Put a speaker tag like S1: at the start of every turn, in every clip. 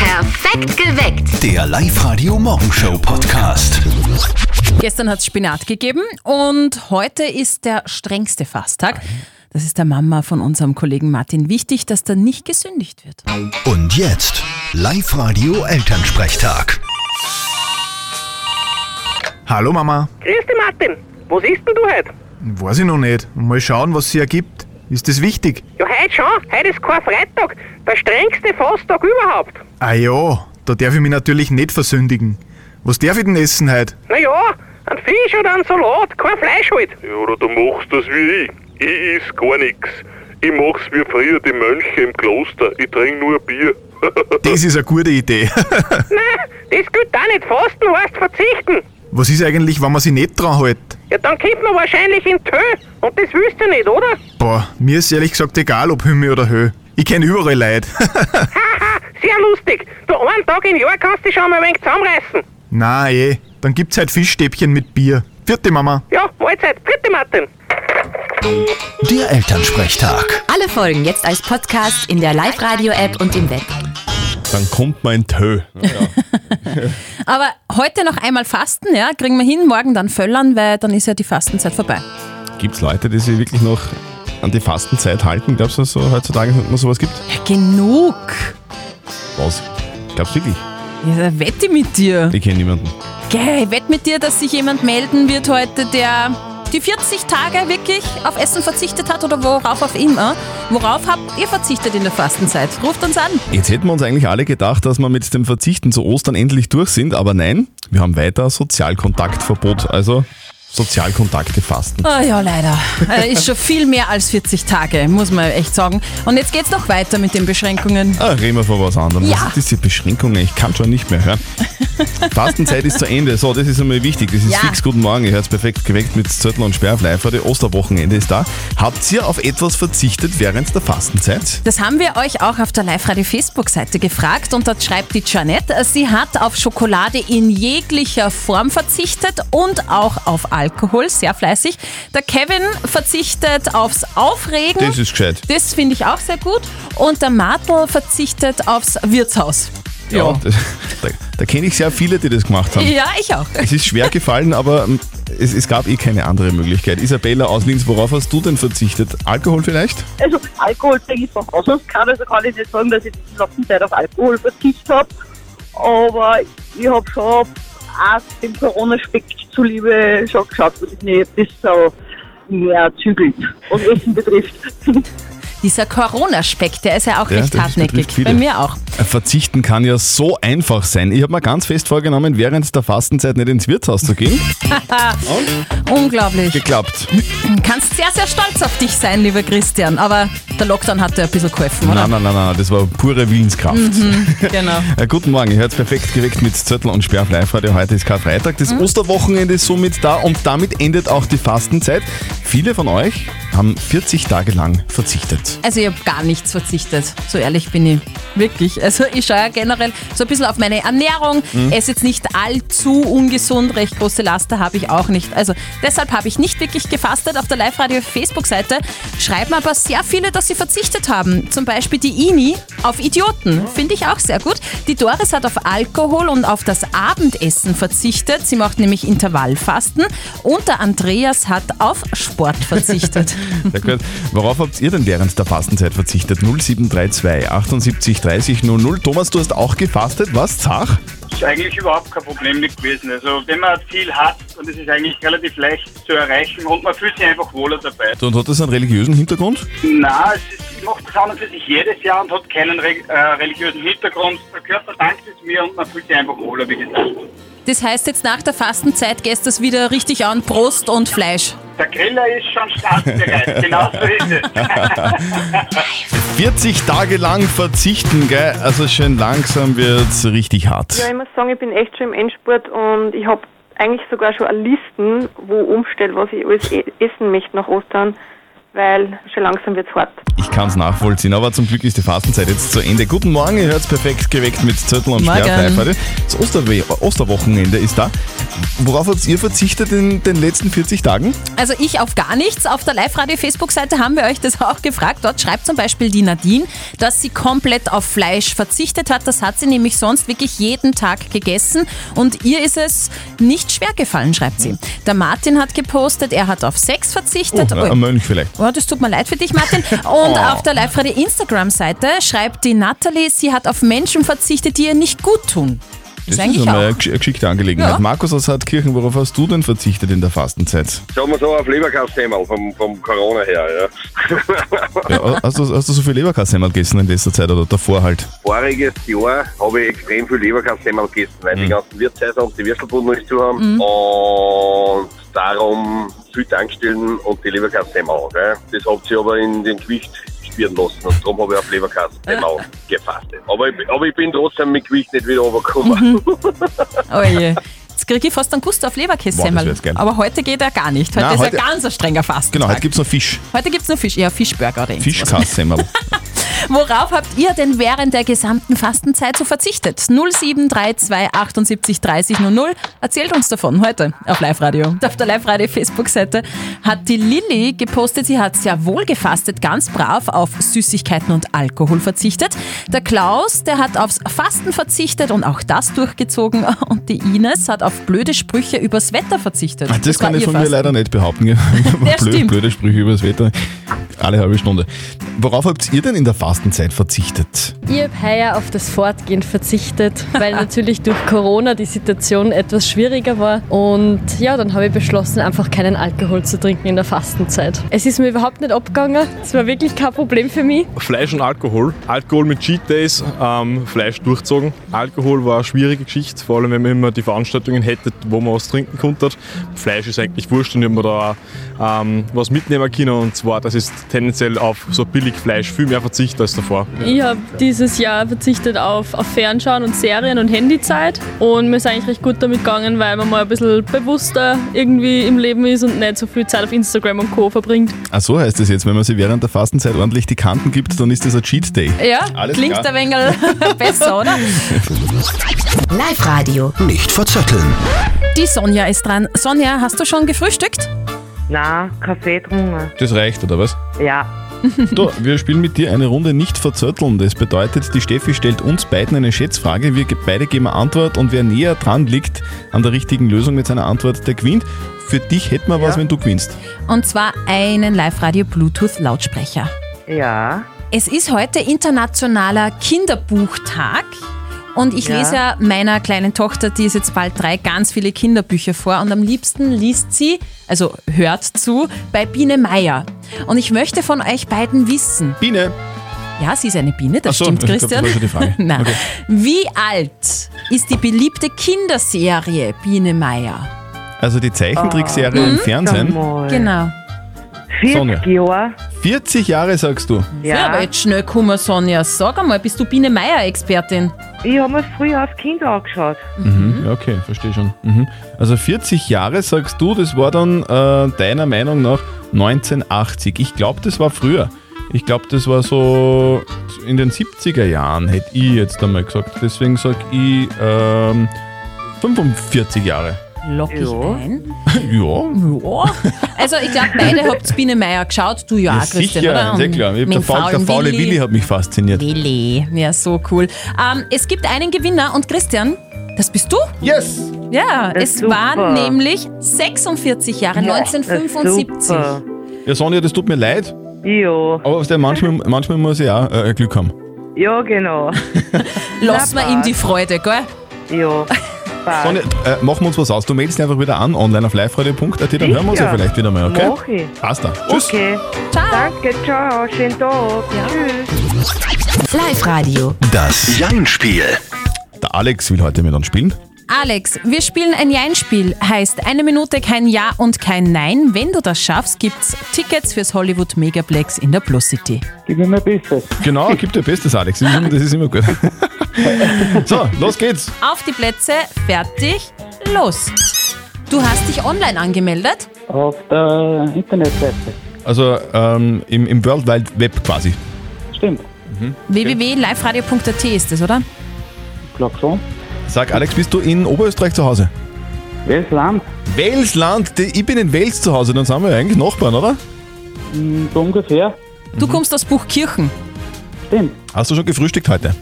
S1: Perfekt geweckt.
S2: Der Live-Radio Morgenshow Podcast.
S3: Gestern hat es Spinat gegeben und heute ist der strengste Fasttag. Das ist der Mama von unserem Kollegen Martin wichtig, dass da nicht gesündigt wird.
S2: Und jetzt Live-Radio Elternsprechtag.
S4: Hallo Mama,
S5: Grüß dich, Martin. Was isst denn du heute?
S4: weiß ich noch nicht. Mal schauen, was sie ergibt. Ist das wichtig?
S5: Ja, heute schon. Heute ist kein Freitag. Der strengste Fasttag überhaupt.
S4: Ah ja, da darf ich mich natürlich nicht versündigen. Was darf ich denn essen heute?
S5: Naja, ein Fisch oder ein Salat, kein Fleisch halt.
S6: Ja, oder du machst das wie ich. Ich is gar nix. Ich mach's wie früher die Mönche im Kloster. Ich trink nur Bier.
S4: Das ist eine gute Idee.
S5: Nein, das gilt auch nicht. Fasten heißt verzichten.
S4: Was ist eigentlich, wenn man sich nicht dran hält?
S5: Ja, dann kommt man wahrscheinlich in Tö. Und das willst du nicht, oder?
S4: Boah, mir ist ehrlich gesagt egal, ob Himmel oder Höhe. Ich kenne überall Leid.
S5: Haha, sehr lustig. Du, einen Tag im Jahr kannst du dich schon mal ein wenig zusammenreißen.
S4: Na eh, dann gibt's halt Fischstäbchen mit Bier. Vierte Mama.
S5: Ja, Mahlzeit. Bitte, Martin.
S2: Der Elternsprechtag.
S7: Alle Folgen jetzt als Podcast in der Live-Radio-App und im Web.
S8: Dann kommt mein Tö.
S3: Aber heute noch einmal fasten, ja, kriegen wir hin, morgen dann Völlern, weil dann ist ja die Fastenzeit vorbei.
S8: Gibt's Leute, die sich wirklich noch an die Fastenzeit halten? Glaubst du, dass so heutzutage noch sowas gibt?
S3: Ja, genug.
S8: Was? Glaubst du wirklich?
S3: Ja, da wette mit dir.
S8: Ich kenne niemanden.
S3: Gell, ich wette mit dir, dass sich jemand melden wird heute, der die 40 Tage wirklich auf Essen verzichtet hat oder worauf auf immer. Worauf habt ihr verzichtet in der Fastenzeit? Ruft uns an.
S8: Jetzt hätten wir uns eigentlich alle gedacht, dass wir mit dem Verzichten zu Ostern endlich durch sind, aber nein, wir haben weiter Sozialkontaktverbot, also Sozialkontakte fasten.
S3: Ah ja, leider. Äh, Ist schon viel mehr als 40 Tage, muss man echt sagen. Und jetzt geht's noch weiter mit den Beschränkungen.
S8: Ah, reden wir von was anderem.
S3: Ja.
S8: Was ist diese Beschränkung? Ich kann schon nicht mehr hören. Fastenzeit ist zu Ende. So, das ist einmal wichtig. Das ist
S3: Ja.
S8: fix. Guten Morgen. Ihr hört perfekt geweckt mit Zürtel und Sperrfleifer. Die Osterwochenende ist da. Habt ihr auf etwas verzichtet während der Fastenzeit?
S3: Das haben wir euch auch auf der Live-Radio-Facebook-Seite gefragt und dort schreibt die Janette, äh, sie hat auf Schokolade in jeglicher Form verzichtet und auch auf Alkohol, sehr fleißig. Der Kevin verzichtet aufs Aufregen.
S8: Das ist gescheit.
S3: Das finde ich auch sehr gut. Und der Martel verzichtet aufs Wirtshaus.
S8: das, da da kenne ich sehr viele, die das gemacht haben.
S3: Ja, ich auch.
S8: Es ist schwer gefallen, aber mm, es, es gab eh keine andere Möglichkeit. Isabella aus Linz, worauf hast du denn verzichtet? Alkohol vielleicht?
S9: Also Alkohol trinke ich von Haus kann, also kann ich nicht sagen, dass ich die letzte Zeit auf Alkohol verzichtet habe. Aber ich habe schon auch dem Corona-Speck zuliebe schon geschaut, dass ich mich ein bisschen mehr zügelt, was Essen betrifft.
S3: Dieser Corona-Speck, der ist ja auch
S8: Ja,
S3: recht
S8: das
S3: hartnäckig.
S8: betrifft viele.
S3: Bei mir auch.
S8: Äh, Verzichten kann ja so einfach sein. Ich habe mir ganz fest vorgenommen, während der Fastenzeit nicht ins Wirtshaus zu gehen.
S3: Unglaublich.
S8: Geklappt.
S3: Du kannst sehr, sehr stolz auf dich sein, lieber Christian. Aber der Lockdown hat dir ein bisschen geholfen, oder?
S8: Nein, nein, nein, nein, das war pure Willenskraft.
S3: Genau.
S8: Äh, Guten Morgen, ihr hört perfekt geweckt mit Zettel und Sperr auf Live-Radio. Heute ist Karfreitag, das Osterwochenende ist somit da und damit endet auch die Fastenzeit. Viele von euch haben 40 Tage lang verzichtet.
S3: Also ich habe gar nichts verzichtet, so ehrlich bin ich. Wirklich. Also ich schaue ja generell so ein bisschen auf meine Ernährung, esse jetzt nicht allzu ungesund, recht große Laster habe ich auch nicht. Also deshalb habe ich nicht wirklich gefastet. Auf der Live-Radio-Facebook-Seite schreiben aber sehr viele, dass sie verzichtet haben. Zum Beispiel die Ini auf Idioten, finde ich auch sehr gut. Die Doris hat auf Alkohol und auf das Abendessen verzichtet. Sie macht nämlich Intervallfasten. Und der Andreas hat auf Sport verzichtet.
S8: Sehr gut. Worauf habt ihr denn während der Fastenzeit verzichtet? 0732 78 30 00. Thomas, du hast auch gefastet, was? Zach?
S10: ist eigentlich überhaupt kein Problem mit gewesen. Also wenn man ein Ziel hat und es ist eigentlich relativ leicht zu erreichen und man fühlt sich einfach wohler dabei.
S8: Und hat das einen religiösen Hintergrund?
S10: Na, es ist, macht das an und für sich jedes Jahr und hat keinen re äh, religiösen Hintergrund. Der Körper dankt es mir und man fühlt sich einfach wohler, wie gesagt.
S3: Das heißt, jetzt nach der Fastenzeit gehst du es wieder richtig an, Brust und Fleisch.
S10: Der Griller ist schon startbereit, genau so ist es.
S8: 40 Tage lang verzichten, gell? Also schön langsam wird's richtig hart.
S9: Ich muss sagen, ich bin echt schon im Endspurt und ich habe e-, eigentlich sogar schon eine Listen, wo umstellt, was ich alles essen möchte nach Ostern. weil schon langsam wird's hart.
S8: Ich kann es nachvollziehen, aber zum Glück ist die Fastenzeit jetzt zu Ende. Guten Morgen, ihr hört's perfekt geweckt mit Zettel und
S3: Morgen.
S8: Sperrpfeife. heute. Das Osterwe Osterwochenende ist da. Worauf habt ihr verzichtet in den letzten 40 Tagen?
S3: Also ich auf gar nichts. Auf der Live-Radio-Facebook-Seite haben wir euch das auch gefragt. Dort schreibt zum Beispiel die Nadine, dass sie komplett auf Fleisch verzichtet hat. Das hat sie nämlich sonst wirklich jeden Tag gegessen. Und ihr ist es nicht schwer gefallen, schreibt sie. Der Martin hat gepostet, er hat auf Sex verzichtet.
S8: na,
S3: Ui.
S8: äh, ein Mönch vielleicht.
S3: Oh, das tut mir leid für dich, Martin. Und
S8: Oh.
S3: auf der Live-Radio Instagram-Seite schreibt die Natalie, sie hat auf Menschen verzichtet, die ihr nicht gut tun. Das,
S8: Das ist
S3: eigentlich
S8: einmal
S3: auch.
S8: eine gesch- eine geschickte Angelegenheit.
S3: Ja.
S8: Markus aus Hartkirchen, worauf hast du denn verzichtet in der Fastenzeit?
S10: Sagen wir so, auf Leberkastenhemmel vom, vom Corona her, ja.
S8: Ja, hast, du, hast du so viel Leberkassemmel gegessen in letzter Zeit oder davor halt?
S10: Voriges Jahr habe ich extrem viel Leberkastenhemmel gegessen, weil
S8: Mhm.
S10: die ganzen Wirtshäuser und die Würstelbuden nicht zu haben. Und darum viel Tankstellen und die Leberkastenhemmel. gell. Das hat sich aber in den Gewicht spüren lassen und darum habe ich auf Leberkastenhemmel gefastet. Aber ich, aber ich bin trotzdem mit Gewicht nicht wieder runtergekommen.
S3: Oh je. Jetzt kriege ich fast einen Gusto auf
S8: Boah, das
S3: Leberkässemmel.
S8: wär's geil.
S3: Aber heute geht er gar nicht. Heute
S8: Na,
S3: ist
S8: heute-
S3: ja ganz ein strenger
S8: Genau,
S3: Fastentag.
S8: heute gibt's noch Fisch.
S3: heute gibt es nur Fisch. Ja, Fischburger oder irgendwas.
S8: Fischkassemmel.
S3: Worauf habt ihr denn während der gesamten Fastenzeit so verzichtet? 0732 78 30 00. Erzählt uns davon heute auf Live-Radio. Und Auf der Live-Radio-Facebook-Seite hat die Lilly gepostet, sie hat sehr wohl gefastet, ganz brav auf Süßigkeiten und Alkohol verzichtet. Der Klaus, der hat aufs Fasten verzichtet und auch das durchgezogen. Und die Ines hat auf blöde Sprüche übers Wetter verzichtet.
S8: Ah, Das
S3: war
S8: kann ich
S3: ihr
S8: von mir
S3: Fasten.
S8: leider nicht behaupten. gell. Blöd,
S3: stimmt.
S8: blöde Sprüche über das Wetter. Alle halbe Stunde. Worauf habt ihr denn in der Fastenzeit verzichtet?
S1: Ich habe heuer auf das Fortgehen verzichtet, weil natürlich durch Corona die Situation etwas schwieriger war. Und ja, dann habe ich beschlossen, einfach keinen Alkohol zu trinken in der Fastenzeit. Es ist mir überhaupt nicht abgegangen. Es war wirklich kein Problem für mich.
S10: Fleisch und Alkohol. Alkohol mit Cheat Days, ähm, Fleisch durchzogen. Alkohol war eine schwierige Geschichte, vor allem wenn man immer die Veranstaltungen hätte, wo man was trinken konnte. Fleisch ist eigentlich wurscht und ich habe mir da auch, ähm, was mitnehmen können und zwar, das ist tendenziell auf so billig Fleisch viel mehr Verzicht als davor.
S1: Ich habe dieses Jahr verzichtet auf, auf Fernschauen und Serien und Handyzeit und mir ist eigentlich recht gut damit gegangen, weil man mal ein bisschen bewusster irgendwie im Leben ist und nicht so viel Zeit auf Instagram und Co. verbringt.
S8: Ah, so heißt es jetzt. Wenn man sich während der Fastenzeit ordentlich die Kanten gibt, dann ist das ein Cheat Day.
S3: Ja,
S8: Alles
S3: klingt
S8: klar.
S3: ein wenig besser, oder?
S7: Live-Radio.
S2: Nicht verzetteln.
S3: Die Sonja ist dran. Sonja, hast du schon gefrühstückt?
S5: Na, Kaffee getrunken.
S8: Das reicht, oder was?
S5: Ja.
S8: Du, wir spielen mit dir eine Runde nicht verzötteln. Das bedeutet, die Steffi stellt uns beiden eine Schätzfrage, wir ge- beide geben eine Antwort und wer näher dran liegt an der richtigen Lösung mit seiner Antwort, der gewinnt. Für dich hätten wir was, wenn du gewinnst.
S3: Und zwar einen Live-Radio-Bluetooth-Lautsprecher.
S5: Ja.
S3: Es ist heute internationaler Kinderbuchtag. Und ich
S5: Ja.
S3: lese ja meiner kleinen Tochter, die ist jetzt bald drei, ganz viele Kinderbücher vor. Und am liebsten liest sie, also hört zu, bei Biene Meier. Und ich möchte von euch beiden wissen,
S8: Biene,
S3: ja, sie ist eine Biene, das
S8: Ach so,
S3: stimmt,
S8: ich glaub, das
S3: Christian.
S8: war schon die Frage.
S3: Nein.
S8: Okay.
S3: Wie alt ist die beliebte Kinderserie Biene Meier?
S8: also die Zeichentrickserie
S3: Ah.
S8: im Fernsehen,
S5: Mal.
S3: Genau.
S5: 40
S8: Sonja.
S5: Jahre.
S8: 40 Jahre sagst du.
S3: Ja. aber
S5: Ja.
S3: jetzt schnell kummer, Sonja. Sag einmal, bist du Biene Meier-Expertin?
S5: ich habe mir früher als Kind angeschaut.
S8: Mhm. Okay, verstehe schon. Mhm. Also 40 Jahre sagst du, das war dann äh, deiner Meinung nach 1980. Ich glaube, das war früher. Ich glaube, das war so in den 70er Jahren, hätte ich jetzt einmal gesagt. Deswegen sage ich ähm, 45 Jahre.
S3: Lock ich
S5: Ja.
S3: ein?
S8: Ja.
S3: Ja. Also, ich glaube, beide habt Biene Meier geschaut. Du ja,
S8: Ja,
S3: auch, Christian, oder?
S8: sicher,
S3: Und
S8: sehr klar. Ich hab
S3: mit
S8: Der,
S3: dem
S8: faul, der
S3: faulen
S8: faule
S3: Willi.
S8: Willi hat mich fasziniert.
S3: Willi. Ja, so cool. Ähm, es gibt einen Gewinner und Christian, das bist du?
S8: Yes!
S3: Ja,
S5: Das ist
S3: es waren
S5: super.
S3: nämlich 46 Jahre,
S5: Das ist
S3: 1975.
S5: Super.
S8: Ja, Sonja, das tut mir leid,
S5: Ja.
S8: aber weißt du, manchmal, manchmal muss ich auch äh, Glück haben.
S5: Ja, genau.
S3: Lass
S5: Na,
S3: mal ihm
S5: passt.
S3: die Freude, gell?
S5: Ja. Passt.
S8: Sonja, äh, machen wir uns was aus. Du meldest dich einfach wieder an, online auf livefreude.at, dann hören wir uns ja
S5: Sicher.
S8: vielleicht wieder mal, okay?
S5: Mach ich.
S8: Passt dann. Tschüss.
S5: Okay. Danke, ciao, schönen Tag. Tschüss.
S7: Live-Radio.
S2: Das Jein-Spiel.
S8: Der Alex will heute mit uns spielen.
S3: Alex, wir spielen ein Jein-Spiel. Heißt eine Minute kein Ja und kein Nein. Wenn du das schaffst, gibt's Tickets fürs Hollywood Megaplex in der Plus City.
S8: Genau, gib dir Bestes, Alex. Das ist immer, das ist immer gut. so, los geht's.
S3: Auf die Plätze, fertig, los. Du hast dich online angemeldet?
S10: Auf der Internetseite.
S8: Also ähm, im, im World Wide Web quasi.
S11: Stimmt.
S3: www.liveradio.at ist das, oder?
S11: Ich glaube schon.
S8: Sag Alex, bist du in Oberösterreich zu Hause?
S11: Welches Land?
S8: Wels Land. Die- Ich bin in Wels zu Hause, dann sind wir eigentlich Nachbarn, oder?
S11: Hm, So ungefähr.
S3: Du kommst aus Buchkirchen.
S11: Stimmt.
S8: Hast du schon gefrühstückt heute?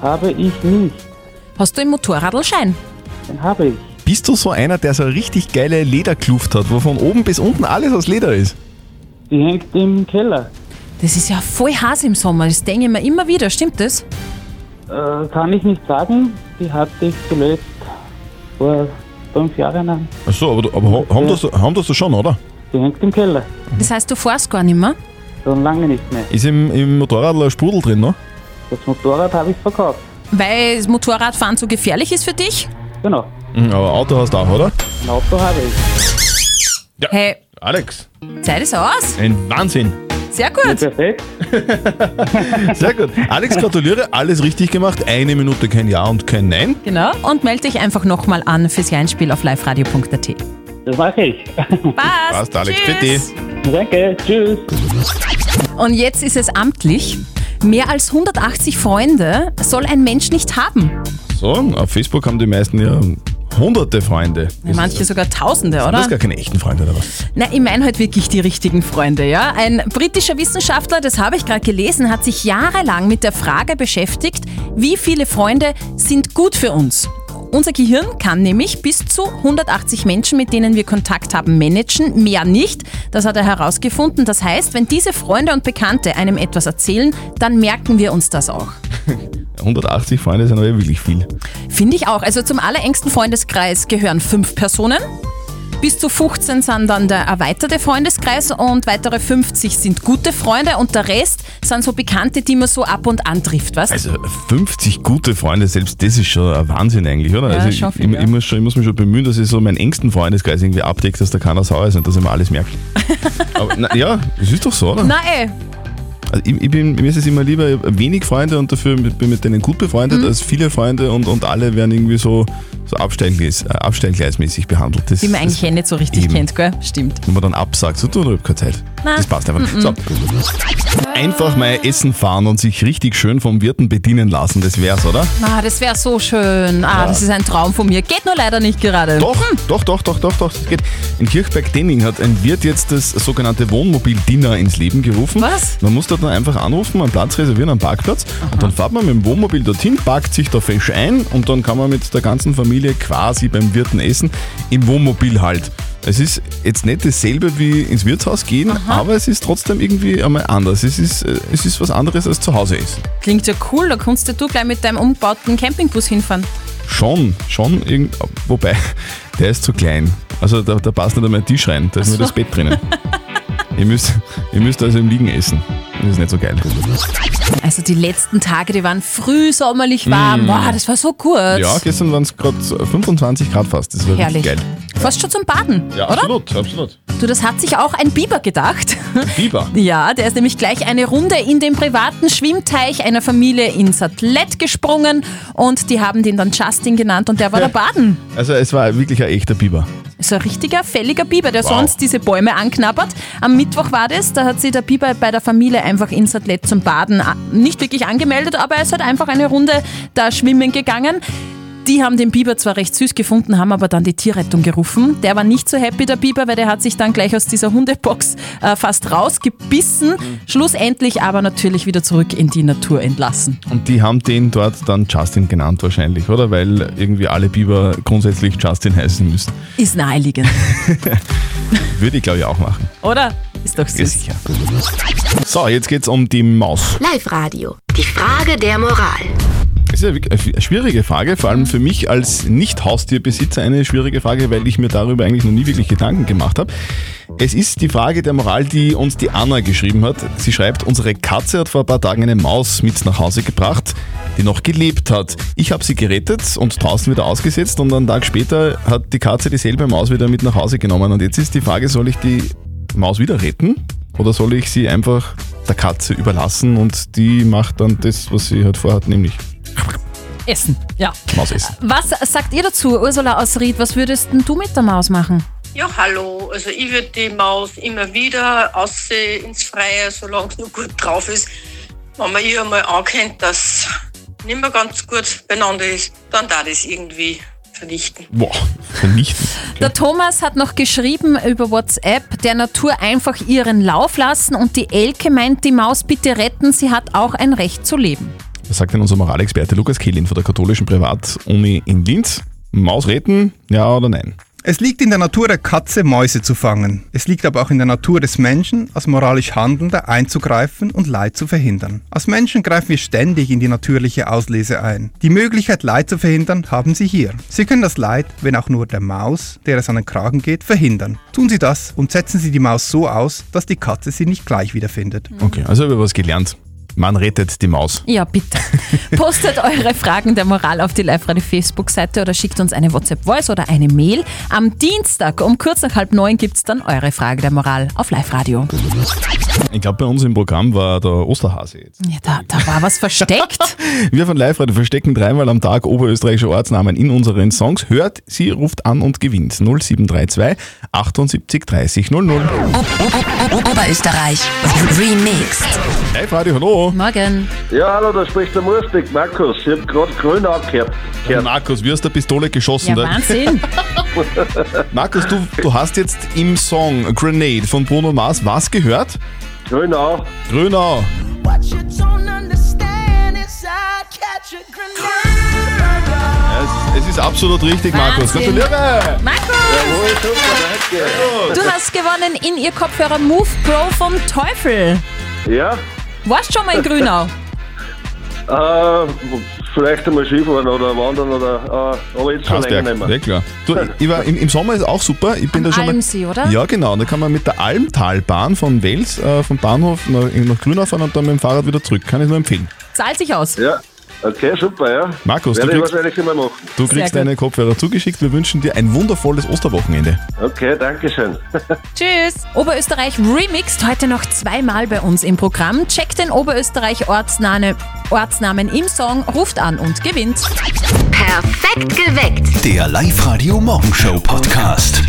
S11: Habe ich nicht.
S3: Hast du einen Motorradlschein?
S11: Den habe ich.
S8: Bist du so einer, der so eine richtig geile Lederkluft hat, wo von oben bis unten alles aus Leder ist?
S11: Die hängt im Keller.
S3: Das ist ja voll Hase im Sommer, das denke ich mir immer wieder, stimmt das?
S11: Äh, kann ich nicht sagen. Die hatte ich zuletzt vor fünf Jahren an.
S8: Achso, aber, du- aber ha- haben, das, haben das schon, oder?
S11: Die hängt im Keller.
S3: Das heißt, du fährst gar nicht mehr?
S11: Schon lange nicht mehr.
S8: Ist im, im Motorrad ein Sprudel drin, ne?
S11: Das Motorrad habe ich verkauft.
S3: Weil das Motorradfahren zu gefährlich ist für dich?
S11: Genau.
S8: Mhm, Aber Auto hast du auch, oder?
S11: Ein Auto habe ich.
S8: Ja.
S3: Hey,
S8: Alex,
S3: Zeit ist aus.
S8: ein Wahnsinn.
S3: Sehr gut.
S11: Perfekt.
S8: Sehr gut. Alex, gratuliere, alles richtig gemacht. Eine Minute kein Ja und kein Nein.
S3: Genau. Und melde dich einfach nochmal an fürs Jeinspiel auf liveradio.at.
S11: Das mache ich.
S3: Passt.
S8: Passt, Alex,
S3: Tschüss.
S8: bitte.
S11: Danke. Tschüss.
S3: Und jetzt ist es amtlich. Mehr als 180 Freunde soll ein Mensch nicht haben.
S8: So, auf Facebook haben die meisten ja hunderte Freunde.
S3: Manche sogar Tausende,
S8: Sind
S3: oder?
S8: das gar keine echten Freunde oder was?
S3: Na, ich meine halt wirklich die richtigen Freunde, ja? Ein britischer Wissenschaftler, das habe ich gerade gelesen, hat sich jahrelang mit der Frage beschäftigt, wie viele Freunde sind gut für uns? Unser Gehirn kann nämlich bis zu 180 Menschen, mit denen wir Kontakt haben, managen, mehr nicht. Das hat er herausgefunden. Das heißt, wenn diese Freunde und Bekannte einem etwas erzählen, dann merken wir uns das auch.
S8: 180 Freunde sind aber eh wirklich viel.
S3: Finde ich auch. Also zum allerengsten Freundeskreis gehören fünf Personen. Bis zu 15 sind dann der erweiterte Freundeskreis und weitere 50 sind gute Freunde und der Rest sind so Bekannte, die man so ab und an trifft, was?
S8: Also 50 gute Freunde, selbst das ist schon ein Wahnsinn eigentlich, oder?
S3: Ja,
S8: also ich,
S3: schon
S8: ich,
S3: viel, ja.
S8: ich, muss schon, ich muss mich schon bemühen, dass ich so meinen engsten Freundeskreis irgendwie abdecke, dass da keiner sauer ist und dass ich mir alles merke. Aber, na, ja, das ist doch so, oder?
S3: Na eh, ey,
S8: Also ich, ich bin, mir ist es immer lieber, ich hab wenig Freunde und dafür mit- bin mit denen gut befreundet,
S3: Mhm.
S8: als viele Freunde und, und alle werden irgendwie so, so Abstellgleis, äh, abstellgleismäßig behandelt. Das,
S3: die man eigentlich eh nicht so richtig
S8: eben.
S3: kennt, gell? Stimmt.
S8: wenn man dann absagt, so, du, ich hab keine Zeit.
S3: Na.
S8: Das passt einfach. So. Einfach mal Essen fahren und sich richtig schön vom Wirten bedienen lassen, das wär's, oder?
S3: Ah, das wäre so schön. Ah, das ist ein Traum von mir. Geht nur leider nicht gerade.
S8: Doch, doch, doch, doch, doch, doch, das geht. In Kirchberg-Denning hat ein Wirt jetzt das sogenannte Wohnmobil-Dinner ins Leben gerufen.
S3: Was?
S8: Man muss dort dann einfach anrufen, einen Platz reservieren, einen Parkplatz. Und dann fährt man mit dem Wohnmobil dorthin, parkt sich da fesch ein und dann kann man mit der ganzen Familie quasi beim Wirten essen, im Wohnmobil halt. Es ist jetzt nicht dasselbe wie ins Wirtshaus gehen, aber es ist trotzdem irgendwie einmal anders. Es ist, äh, es ist was anderes als zu Hause essen.
S3: Klingt ja cool, da kannst ja du gleich mit deinem umgebauten Campingbus hinfahren.
S8: Schon, schon, irgend, wobei, der ist zu klein. Also da, da passt nicht einmal ein Tisch rein, da ist nur das Bett drinnen. ihr, müsst, ihr müsst also im Liegen essen. Das ist nicht so geil.
S3: Also die letzten Tage, die waren frühsommerlich warm. Boah, das war so gut.
S8: Mhm. Ja, gestern waren es gerade 25 Grad fast, das war
S3: Herrlich.
S8: richtig geil.
S3: Fast schon zum Baden,
S8: Ja,
S3: oder?
S8: absolut, absolut.
S3: Du, das hat sich auch ein Biber gedacht.
S8: Biber.
S3: Ja, der ist nämlich gleich eine Runde in den privaten Schwimmteich einer Familie in Satlet gesprungen und die haben den dann Justin genannt und der war da baden.
S8: Also es war wirklich ein echter Biber.
S3: So ein richtiger, fälliger Biber, der
S8: Wow.
S3: sonst diese Bäume anknabbert. Am Mittwoch war das, da hat sich der Biber bei der Familie einfach in Satlet zum Baden a- nicht wirklich angemeldet, aber er ist halt einfach eine Runde da schwimmen gegangen. Die haben den Biber zwar recht süß gefunden, haben aber dann die Tierrettung gerufen. Der war nicht so happy, der Biber, weil der hat sich dann gleich aus dieser Hundebox äh, fast rausgebissen. Schlussendlich aber natürlich wieder zurück in die Natur entlassen.
S8: Und die haben den dort dann Justin genannt wahrscheinlich, oder? Weil irgendwie alle Biber grundsätzlich Justin heißen müssen.
S3: Ist naheliegend,
S8: Würde ich glaube ich auch machen.
S3: oder? Ist doch
S8: Ja,
S3: süß.
S8: sicher. So, jetzt geht's um die Maus.
S7: Live-Radio. Die Frage der Moral.
S8: Das ist ja wirklich eine schwierige Frage, vor allem für mich als Nicht-Haustierbesitzer eine schwierige Frage, weil ich mir darüber eigentlich noch nie wirklich Gedanken gemacht habe. Es ist die Frage der Moral, die uns die Anna geschrieben hat. Sie schreibt, unsere Katze hat vor ein paar Tagen eine Maus mit nach Hause gebracht, die noch gelebt hat. Ich habe sie gerettet und draußen wieder ausgesetzt und einen Tag später hat die Katze dieselbe Maus wieder mit nach Hause genommen. Und jetzt ist die Frage, soll ich die Maus wieder retten oder soll ich sie einfach der Katze überlassen und die macht dann das, was sie halt vorhat, nämlich
S3: Essen, ja.
S8: Maus essen.
S3: Was sagt ihr dazu, Ursula aus Ried? Was würdest denn du mit der Maus machen?
S12: Ja, hallo. Also ich würde die Maus immer wieder aussehen ins Freie, solange es nur gut drauf ist. Wenn man ihr einmal ankennt, dass nicht mehr ganz gut beieinander ist, dann darf das irgendwie vernichten.
S8: Boah, vernichten.
S3: Der Thomas hat noch geschrieben über WhatsApp, der Natur einfach ihren Lauf lassen und die Elke meint, die Maus bitte retten, sie hat auch ein Recht zu leben.
S8: Das sagt denn unser Moralexperte Lukas Kehlin von der katholischen Privatuni in Linz. Maus retten, ja oder nein?
S13: Es liegt in der Natur der Katze, Mäuse zu fangen. Es liegt aber auch in der Natur des Menschen, als moralisch Handelnder einzugreifen und Leid zu verhindern. Als Menschen greifen wir ständig in die natürliche Auslese ein. Die Möglichkeit, Leid zu verhindern, haben Sie hier. Sie können das Leid, wenn auch nur der Maus, der es an den Kragen geht, verhindern. Tun Sie das und setzen Sie die Maus so aus, dass die Katze sie nicht gleich wiederfindet.
S3: Mhm.
S8: Okay, also habe ich was gelernt. Man rettet die Maus.
S3: Ja, bitte. Postet eure Fragen der Moral auf die Live-Radio-Facebook-Seite oder schickt uns eine WhatsApp-Voice oder eine Mail. Am Dienstag um kurz nach halb neun gibt es dann eure Frage der Moral auf Live-Radio.
S8: Ich glaube, bei uns im Programm war der Osterhase jetzt.
S3: Ja, da, da war was versteckt.
S8: Wir von Live Radio verstecken dreimal am Tag oberösterreichische Ortsnamen in unseren Songs. Hört sie, ruft an und gewinnt. 0732 78 30 00.
S7: Oberösterreich. Remixed.
S8: Live Radio, hallo.
S3: Morgen.
S14: Ja, hallo, da spricht der Murstig, Markus. Ich hab grad grün angehört.
S8: Markus, wir aus der Pistole geschossen.
S3: Ja,
S8: da.
S3: Wahnsinn.
S8: Markus, du, du hast jetzt im Song Grenade von Bruno Mars was gehört?
S14: Grünau.
S8: Grünau. Es, es ist absolut richtig, Markus.
S3: Wahnsinn.
S8: Gratuliere!
S3: Markus! Du hast gewonnen in ihr Kopfhörer Move Pro vom Teufel.
S14: Ja?
S3: Warst schon mal in Grünau?
S14: Äh, vielleicht einmal Skifahren oder wandern oder. Äh, aber jetzt schon länger nicht mehr.
S8: Ja, klar. Du, ich war, im, Im Sommer ist auch super. Ich bin da schon
S3: Almsee,
S8: mal,
S3: oder?
S8: Ja, genau. Und da kann man mit der Almtalbahn von Wels, äh, vom Bahnhof nach, nach Grünau fahren und dann mit dem Fahrrad wieder zurück. Kann ich nur empfehlen.
S3: Zahlt sich aus.
S14: Ja. Okay, super, ja.
S8: Markus, du
S14: Werde ich
S8: kriegst,
S14: wahrscheinlich immer machen.
S8: du kriegst
S14: gut.
S8: deine Kopfhörer zugeschickt. Wir wünschen dir ein wundervolles Osterwochenende.
S14: Okay, danke schön.
S3: Tschüss. Oberösterreich Remixed heute noch zweimal bei uns im Programm. Checkt den Oberösterreich Ortsname, Ortsnamen im Song, ruft an und gewinnt. Perfekt geweckt.
S2: Der Live-Radio Morgenshow Podcast.